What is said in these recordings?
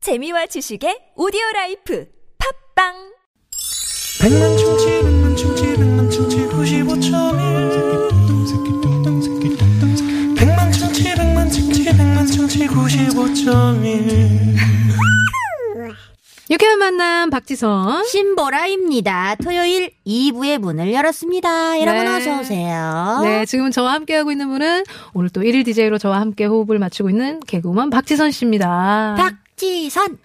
재미와 지식의 오디오 라이프 팝빵 백만 충치 백만 충치 백만 충치 구십오점일 백만 충치 백만 충치 백만 충치 구십오점일 유쾌한 만남 박지선. 신보라입니다. 토요일 2부의 문을 열었습니다. 여러분 네. 어서 오세요. 네, 지금 저와 함께하고 있는 분은 오늘 또 1일 DJ로 저와 함께 호흡을 맞추고 있는 개그우먼 박지선 씨입니다. 박지선.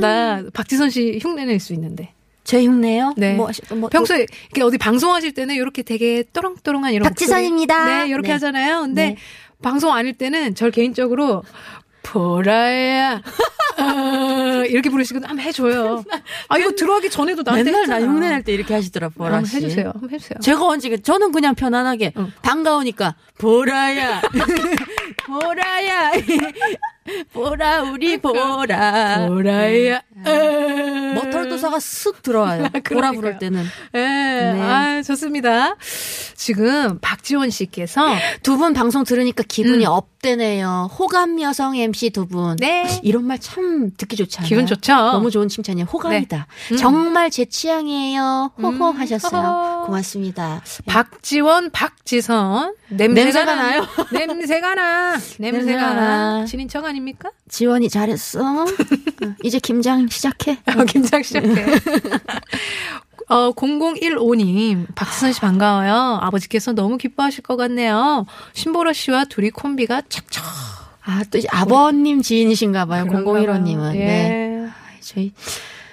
나 박지선 씨 흉내낼 수 있는데. 제 흉내요? 네. 뭐, 하시- 뭐, 평소에 이렇게 어디 방송하실 때는 이렇게 되게 또렁또렁한 이런 박지선입니다. 목소리. 네, 이렇게 네. 하잖아요. 근데 네. 방송 아닐 때는 절 개인적으로 보라야 어, 이렇게 부르시고 한번 해줘요. 아 이거 들어가기 전에도 나한테 뭐, 맨날 나 했잖아. 흉내 낼 때 이렇게 하시더라, 보라 한번 씨. 해주세요. 한번 해주세요. 제가 언제, 저는 그냥 편안하게, 응. 반가우니까, 보라야. 보라야. 보라, 우리 보라. 그러니까. 네. 보라야. 뭐 아, 머털도사가 쓱 들어와요. 보라 그러니까요. 부를 때는. 예, 아, 좋습니다. 지금 박지원 씨께서 두 분 방송 들으니까 기분이 업되네요. 호감 여성 MC 두 분. 음. 네. 이런 말 참 듣기 좋지 않아요? 기분 네. 좋죠? 네. 너무 좋은 칭찬이에요. 호감이다. 정말 제 취향이에요. 호호 음, 하셨어요. 허허. 고맙습니다. 박지원, 박지선 예. 냄새가, 냄새가 나. 나요? 냄새가 나. 냄새가 냄새가 나. 나. 친인척 아닙니까? 지원이 잘했어. 응, 이제 김장 시작해. 어, 김장 시작해. 어, 0015님, 박지선 씨 반가워요. 아버지께서 너무 기뻐하실 것 같네요. 신보라 씨와 둘이 콤비가 착착. 아, 또 이제 아버님 지인이신가 봐요. 001호님은. 예. 네. 저희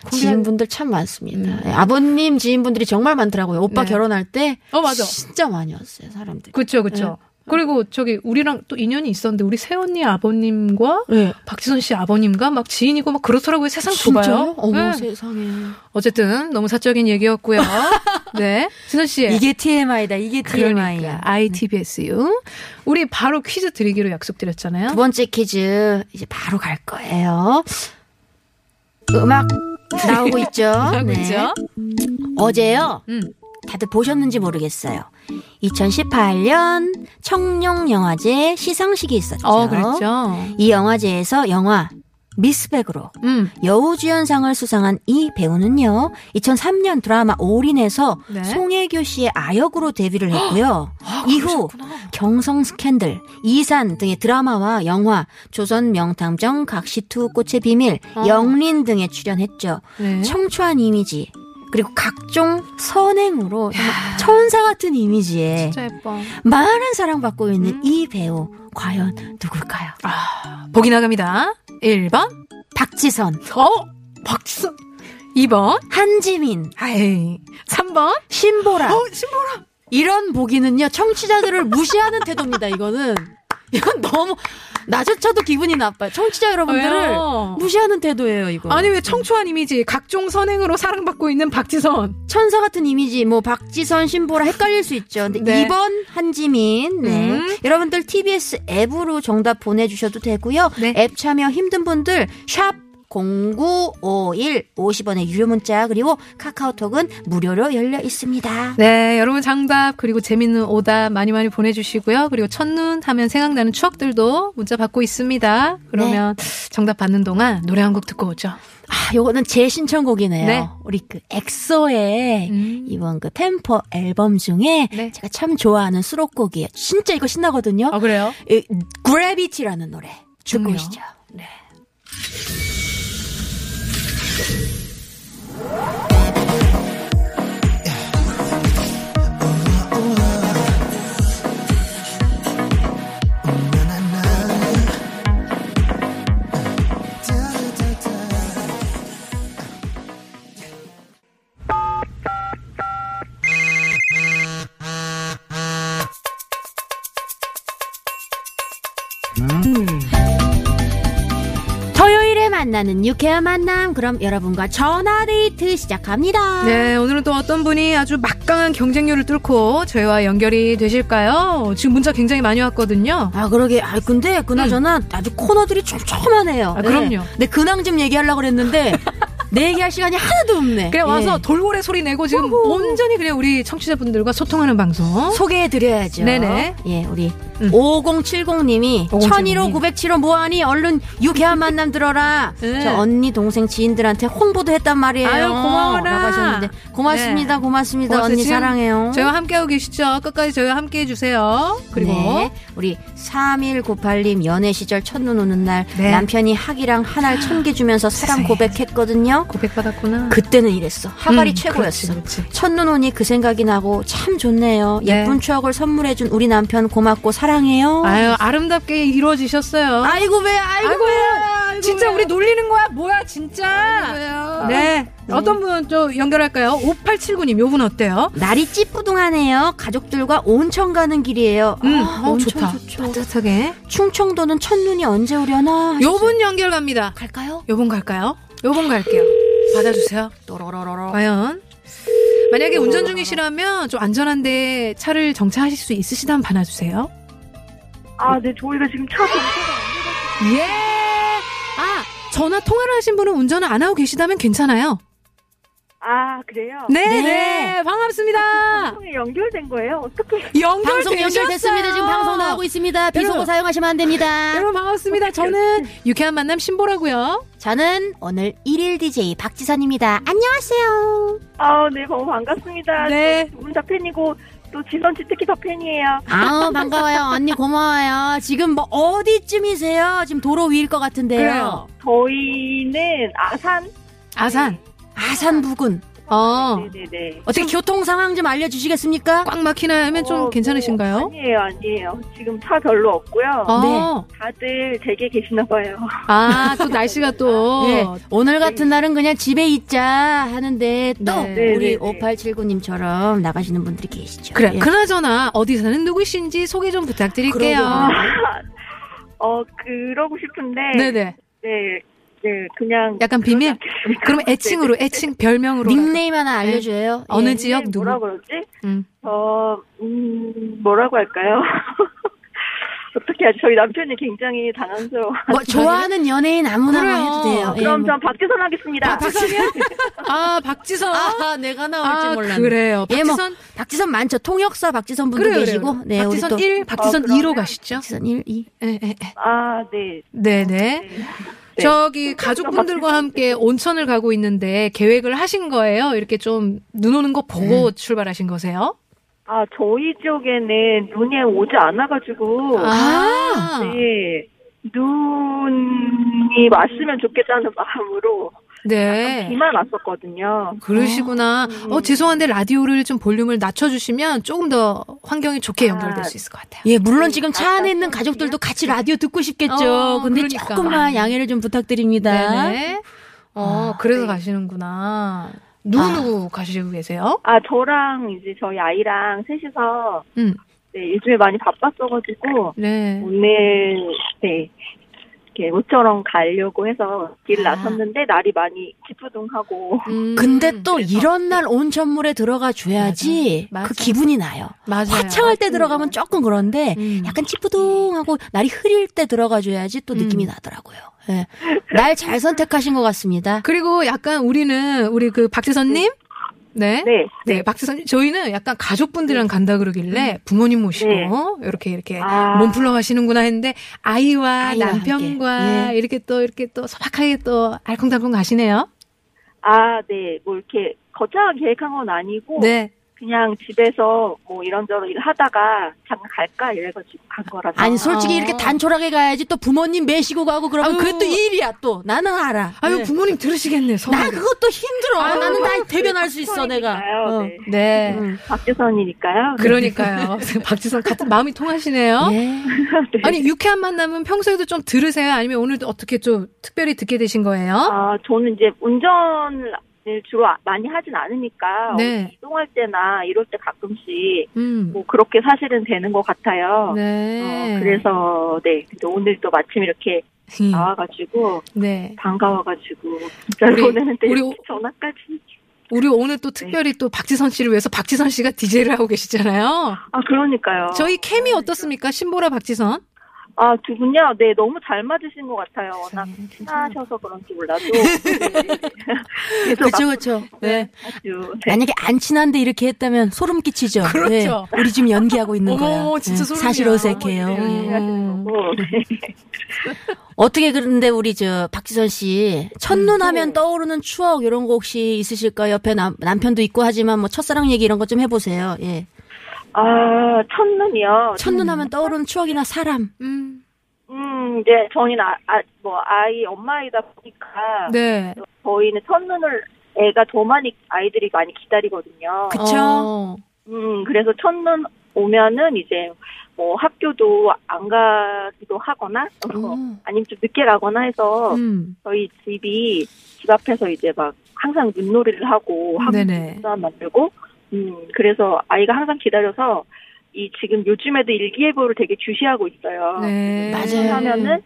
콤비한- 지인분들 참 많습니다. 예, 아버님 지인분들이 정말 많더라고요. 오빠 음. 네. 결혼할 때 어, 맞아. 네. 진짜 많이 왔어요, 사람들이. 그쵸, 그쵸. 그리고 저기 우리랑 또 인연이 있었는데 우리 새언니 아버님과 예. 박지선 씨 아버님과 막 지인이고 막 그렇더라고요. 세상 좁아요. 어머 네. 세상에. 어쨌든 너무 사적인 얘기였고요. 네. 지선 씨. 이게 TMI다. 이게 TMI야. 그러니까 ITBSU. 우리 바로 퀴즈 드리기로 약속드렸잖아요. 두 번째 퀴즈 이제 바로 갈 거예요. 음악 나오고 있죠. 하고 네. 있죠? 어제요. 음. 다들 보셨는지 모르겠어요. 2018년 청룡영화제 시상식이 있었죠. 어, 그랬죠. 이 영화제에서 영화 미스백으로 음. 여우주연상을 수상한 이 배우는요. 2003년 드라마 올인에서 네. 아, 송혜교 씨의 아역으로 데뷔를 했고요. 이후 그러셨구나. 경성 스캔들, 이산 등의 드라마와 영화, 조선 명탐정, 각시투 꽃의 비밀, 어. 영린 등에 출연했죠. 네. 청초한 이미지, 그리고 각종 선행으로 정말 천사 같은 이미지에 진짜 음. 예뻐. 많은 사랑받고 있는 이 배우, 과연 누굴까요? 아, 보기 나갑니다. 1번. 박지선, 어? 박지선. 2번. 한지민, 아이. 3번. 신보라. 어, 신보라. 이런 보기는요, 청취자들을 무시하는 태도입니다, 이거는. 이건 너무, 나조차도 기분이 나빠요. 청취자 여러분들을 왜요? 무시하는 태도예요, 이거. 아니 왜 청초한 이미지 각종 선행으로 사랑받고 있는 박지선 천사 같은 이미지, 뭐 박지선, 신보라 헷갈릴 수 있죠. 근데 네. 2번 한지민. 네. 음. 여러분들 TBS 앱으로 정답 보내주셔도 되고요. 네. 앱 참여 힘든 분들 샵 0951 50원의 유료 문자 그리고 카카오톡은 무료로 열려 있습니다. 네 여러분 정답 그리고 재밌는 오답 많이 많이 보내주시고요 그리고 첫눈 하면 생각나는 추억들도 문자 받고 있습니다 그러면 네. 정답 받는 동안 노래 한 곡 듣고 오죠 아, 요거는 제 신청곡이네요. 네. 우리 그 엑소의 음. 이번 그 템포 앨범 중에 네. 제가 참 좋아하는 수록곡이에요. 진짜 이거 신나거든요. 아 그래요 이 그래비티라는 노래 듣고 중요. 네. 오시죠. 토요일에 만나는 유쾌한 만남 그럼 여러분과 전화데이트 시작합니다 네 오늘은 또 어떤 분이 아주 막강한 경쟁률을 뚫고 저희와 연결이 되실까요 지금 문자 굉장히 많이 왔거든요 아 그러게 아 근데 그나저나 아주 코너들이 촘촘하네요 음. 아, 그럼요. 네. 내 근황 좀 얘기하려고 그랬는데 내 얘기할 시간이 하나도 없네 그냥 와서 예. 돌고래 소리 내고 지금 온전히 그냥 우리 청취자분들과 소통하는 방송 소개해드려야죠 어? 네네. 예 우리 음. 5070님이 5070 님. 1001호 907호 뭐하니 얼른 유쾌한 만남 들어라. 네. 저 언니 동생 지인들한테 홍보도 했단 말이에요. 아유, 고마워라. 라고 하셨는데 고맙습니다. 네. 고맙습니다. 고맙습니다. 언니 지금 사랑해요. 저희와 함께하고 계시죠? 끝까지 저희와 함께해 주세요. 그리고 네, 우리 3198님 연애 시절 첫눈 오는 날 네. 남편이 학이랑 하나를 천 개 주면서 사랑 세상에. 고백했거든요. 고백받았구나. 그때는 이랬어. 하발이 음, 최고였어. 그렇지, 그렇지. 첫눈 오니 그 생각이 나고 참 좋네요. 네. 예쁜 추억을 선물해준 우리 남편 고맙고 사랑해요. 아유 어. 아름답게 이루어지셨어요. 이고왜 아이고, 아이고, 왜. 아이고, 진짜 우리 놀리는 거야? 뭐야, 진짜? 네. 어떤 분 또 연결할까요? 5879님, 요분 어때요? 날이 찌뿌둥하네요. 가족들과 온천 가는 길이에요. 음, 아, 어, 온천 좋다. 따뜻하게. 충청도는 첫눈이 언제 오려나? 요분 연결 갑니다. 갈까요? 요분 갈까요? 요분 갈게요. 받아주세요. 또로로로로. 과연. 만약에 운전 중이시라면 좀 안전한데 차를 정차하실 수 있으시다면 받아주세요. 아, 네, 저희가 지금 차 정차가 예! 아, 전화 통화를 하신 분은 운전을 안 하고 계시다면 괜찮아요. 아, 그래요? 네, 네. 네. 반갑습니다. 방송에 연결된 거예요? 어떻게? 음, 방송 연결되셨어요. 연결됐습니다. 지금 방송 나오고 있습니다. 비속어 여러분. 사용하시면 안 됩니다. 여러분 반갑습니다. 저는 유쾌한 만남 신보라고요. 저는 오늘 일일 DJ 박지선입니다. 안녕하세요. 아, 네, 너무 반갑습니다. 네. 두 분 다 팬이고, 또 지선씨 특히 더 팬이에요. 아우 반가워요. 언니 고마워요. 지금 뭐 어디쯤이세요? 지금 도로 위일 것 같은데요. 그래요. 저희는 아산? 아산. 아산 부근. 어. 네네네. 어떻게 교통 상황 좀 알려주시겠습니까? 꽉 막히나 하면 좀 어, 괜찮으신가요? 뭐, 아니에요, 아니에요. 지금 차 별로 없고요. 네. 어. 다들 되게 계시나 봐요. 아, 또 날씨가 또. 네. 오늘 같은 날은 그냥 집에 있자 하는데 또 네. 우리 네, 네, 네. 5879님처럼 나가시는 분들이 계시죠. 그래. 예. 그나저나 어디 사는 누구신지 소개 좀 부탁드릴게요. 어, 그러고 싶은데. 아. 네, 네. 네, 네, 그냥. 약간 비밀. 그럼 애칭으로 애칭 별명으로 닉네임 하나 알려줘요. 예. 어느 지역 누구? 뭐라 그러지? 음. 저, 어, 음, 뭐라고 할까요? 어떻게 하지? 저희 남편이 굉장히 당황스러워. 뭐 좋아하는 연예인 아무나 그래요. 해도 돼요. 예, 그럼 뭐. 전 박지선 하겠습니다. 아, 박지선. 아, 내가 나올지 아, 몰랐네. 그래요. 예, 뭐, 박지선. 박지선 많죠. 통역사 박지선 분도 그래요. 그래요. 계시고. 네, 박지선 우리 또 1, 박지선 어, 2로 그러면- 가시죠. 박지선 1, 2. 예, 예, 예. 아, 네. 네, 네. 네. 저기 가족분들과 함께 온천을 가고 있는데 계획을 하신 거예요? 이렇게 좀 눈 오는 거 보고 네. 출발하신 거세요? 아, 저희 지역에는 눈이 오지 않아가지고, 아, 네. 눈이 왔으면 좋겠다는 마음으로 네. 비만 왔었거든요. 그러시구나. 어, 죄송한데 라디오를 좀 볼륨을 낮춰주시면 조금 더 환경이 좋게 연결될 수 있을 것 같아요. 예, 물론 지금 차 안에 아, 있는 가족들도 같이 라디오 듣고 싶겠죠. 어, 근데 그러니까. 조금만 양해를 좀 부탁드립니다. 네네. 어, 아, 그래서 네. 가시는구나. 누구누구 가시고 계세요? 아, 저랑 이제 저희 아이랑 셋이서, 음. 네, 요즘에 많이 바빴어가지고, 네. 오늘, 네. 이렇게 모처럼 가려고 해서 길 아. 나섰는데 날이 많이 찌뿌둥하고 음, 근데 또 이런 날 온천물에 들어가 줘야지 맞아요. 맞아요. 그 기분이 나요. 맞아요. 화창할 때 들어가면 조금 그런데 음. 약간 찌뿌둥하고 날이 흐릴 때 들어가 줘야지 또 느낌이 음. 나더라고요. 예. 날 잘 선택하신 것 같습니다. 그리고 약간 우리는 우리 그 박지선님, 네, 네, 네. 박지선님 저희는 약간 가족분들이랑 간다 그러길래 부모님 모시고 네. 이렇게 이렇게 아. 몸풀러 가시는구나 했는데 아이와, 아이와 남편과 함께. 예. 이렇게 또 이렇게 또 소박하게 또 알콩달콩 가시네요. 아, 네. 뭐 이렇게 거창하게 계획한 건 아니고 네, 그냥 집에서 뭐 이런저런 일 하다가 잠깐 갈까 이래가지고 간 거라서. 아니 솔직히 어. 이렇게 단촐하게 가야지 또 부모님 메시고 가고 그러면 아유. 그게 또 일이야 또 나는 알아. 아유 예. 부모님 들으시겠네. 서로. 나 그것도 힘들어. 아유, 나는 나 대변할 수 있어 내가. 박지선이니까요. 어. 네. 네, 음. 박지선이니까요. 네. 그러니까요. 박지선 같은 마음이 통하시네요. 예. 네. 아니 유쾌한 만남은 평소에도 좀 들으세요? 아니면 오늘도 어떻게 좀 특별히 듣게 되신 거예요? 아, 저는 이제 운전을 주로 아- 많이 하진 않으니까 네. 이동할 때나 이럴 때 가끔씩 음, 뭐 그렇게 사실은 되는 것 같아요. 네. 어, 그래서 아. 네. 근데 오늘 또 마침 이렇게 음. 나와가지고 네. 반가워가지고 진짜 우리- 보내는데 우리 이렇게 전화까지. 우리 오늘 또 네. 특별히 또 박지선 씨를 위해서 박지선 씨가 DJ를 하고 계시잖아요. 아 그러니까요. 저희 케미 어떻습니까? 신보라 박지선? 아, 두 분요? 네, 너무 잘 맞으신 것 같아요. 워낙 세상에, 괜찮아요. 친하셔서 그런지 몰라도. 네. 계속 그렇죠, 그렇죠. 네. 아주, 네. 만약에 안 친한데 이렇게 했다면 소름 끼치죠. 그렇죠. 네, 우리 지금 연기하고 있는 거야. 어머, 진짜 소름이야. 사실 네, 어색해요. 어머, 예. 어머. 어, 네. 어떻게 그런데 우리 저 박지선 씨 음. 첫눈 하면 떠오르는 추억 이런 거 혹시 있으실까? 요 옆에 남, 남편도 있고 하지만 뭐 첫사랑 얘기 이런 거 좀 해보세요. 예. 아, 첫눈이요. 첫눈 하면 떠오르는 추억이나 사람. 음. 음, 이제 저희는 아, 아, 뭐, 아이, 엄마이다 보니까. 네. 어, 저희는 첫눈을 애가 더 많이, 아이들이 많이 기다리거든요. 그쵸? 어. 음, 그래서 첫눈 오면은 이제 뭐 학교도 안 가기도 하거나, 뭐 음. 아니면 좀 늦게 가거나 해서 음. 저희 집이 집 앞에서 이제 막 항상 눈놀이를 하고 학교 네네. 사람 만들고, 음, 그래서 아이가 항상 기다려서 이 지금 요즘에도 일기예보를 되게 주시하고 있어요. 네. 맞아요. 하면은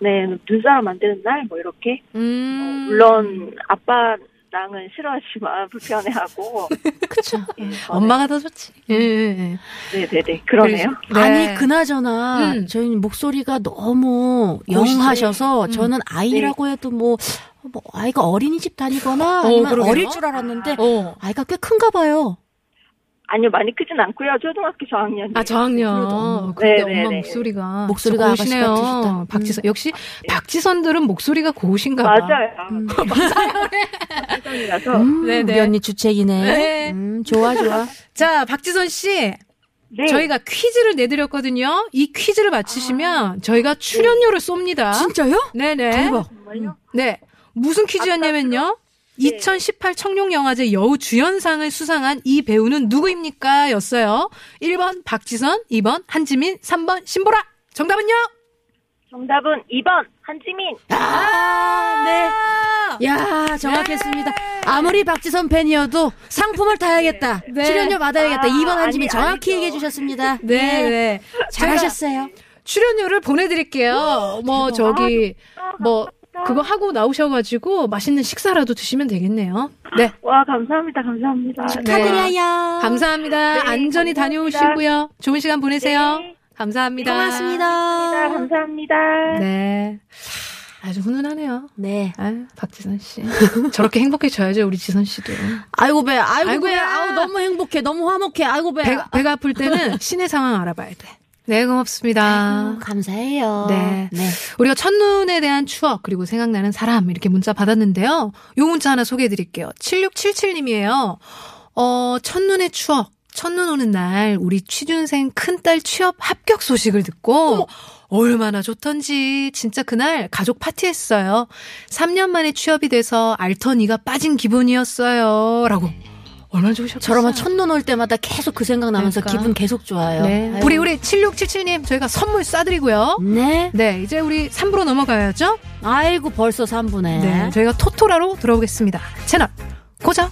네 눈사람 만드는 날 뭐 이렇게 어, 음. 물론 아빠랑은 싫어하지만 불편해하고 그쵸? 예, 엄마가 더 좋지. 예, 예, 예. 네네네 그러네요. 네. 아니 그나저나 음. 저희는 목소리가 너무 고시죠. 영하셔서 음. 저는 아이라고 해도 뭐, 뭐 아이가 어린이집 다니거나 어, 아니면 그러게요. 어릴 줄 알았는데 어. 아이가 꽤 큰가 봐요. 아니요 많이 크진 않고요 초등학교 저학년. 아 저학년. 어, 네, 그때 네, 엄마 네. 목소리가 진짜 목소리가 고우시네요. 아가씨 같으시다. 음. 박지선 역시 박지선들은 목소리가 고우신가 봐. 아, 네. 맞아요. 음. 시선이라서 음, 네네. 우리 언니 주책이네. 네. 음, 좋아 좋아. 자 박지선 씨 네. 저희가 퀴즈를 내드렸거든요. 이 퀴즈를 아. 맞히시면 저희가 출연료를 쏩니다. 진짜요? 네네. 대박. 정말요? 예. 네. 무슨 퀴즈였냐면요. 2018 청룡영화제 여우 주연상을 수상한 이 배우는 누구입니까? 였어요. 1번 박지선, 2번 한지민, 3번 신보라. 정답은요? 정답은 2번 한지민. 아, 네. 아, 야, 정확했습니다. 아무리 박지선 팬이어도 상품을 타야겠다. 네. 출연료 받아야겠다. 아, 이번 한지민 아니, 정확히 아니죠. 얘기해 주셨습니다. 네, 예. 네. 잘하셨어요. 출연료를 보내드릴게요. 뭐, 저기, 아, 뭐, 그거 하고 나오셔가지고 맛있는 식사라도 드시면 되겠네요. 네. 와 감사합니다 감사합니다. 축하드려요. 아. 감사합니다. 안전히 아, 네, 감사합니다. 다녀오시고요. 좋은 시간 보내세요. 네. 감사합니다. 네, 고맙습니다. 감사합니다. 네. 아주 훈훈하네요. 네. 아유, 박지선 씨. 저렇게 행복해져야죠, 우리 지선 씨도. 아이고 배, 아이고, 아이고, 배, 배. 아우 너무 행복해, 너무 화목해, 아이고 배. 배가, 배가 아플 때는 신의 상황 알아봐야 돼. 네, 고맙습니다. 아유, 음, 감사해요. 네. 우리가 첫눈에 대한 추억, 그리고 생각나는 사람, 이렇게 문자 받았는데요. 요 문자 하나 소개해 드릴게요. 7677님이에요. 어, 첫눈의 추억. 첫눈 오는 날, 우리 취준생 큰딸 취업 합격 소식을 듣고, 얼마나 좋던지, 진짜 그날 가족 파티했어요. 3년 만에 취업이 돼서 알턴이가 빠진 기분이었어요. 라고. 얼마나 좋으셨겠어요. 저러면 첫눈 올 때마다 계속 그 생각 나면서 그러니까. 기분 계속 좋아요. 네. 아유. 우리, 우리 7677님, 저희가 선물 쏴드리고요. 네. 네, 이제 우리 3부로 넘어가야죠. 아이고 벌써 3분에. 네, 저희가 토토라로 들어오겠습니다. 채널 고정.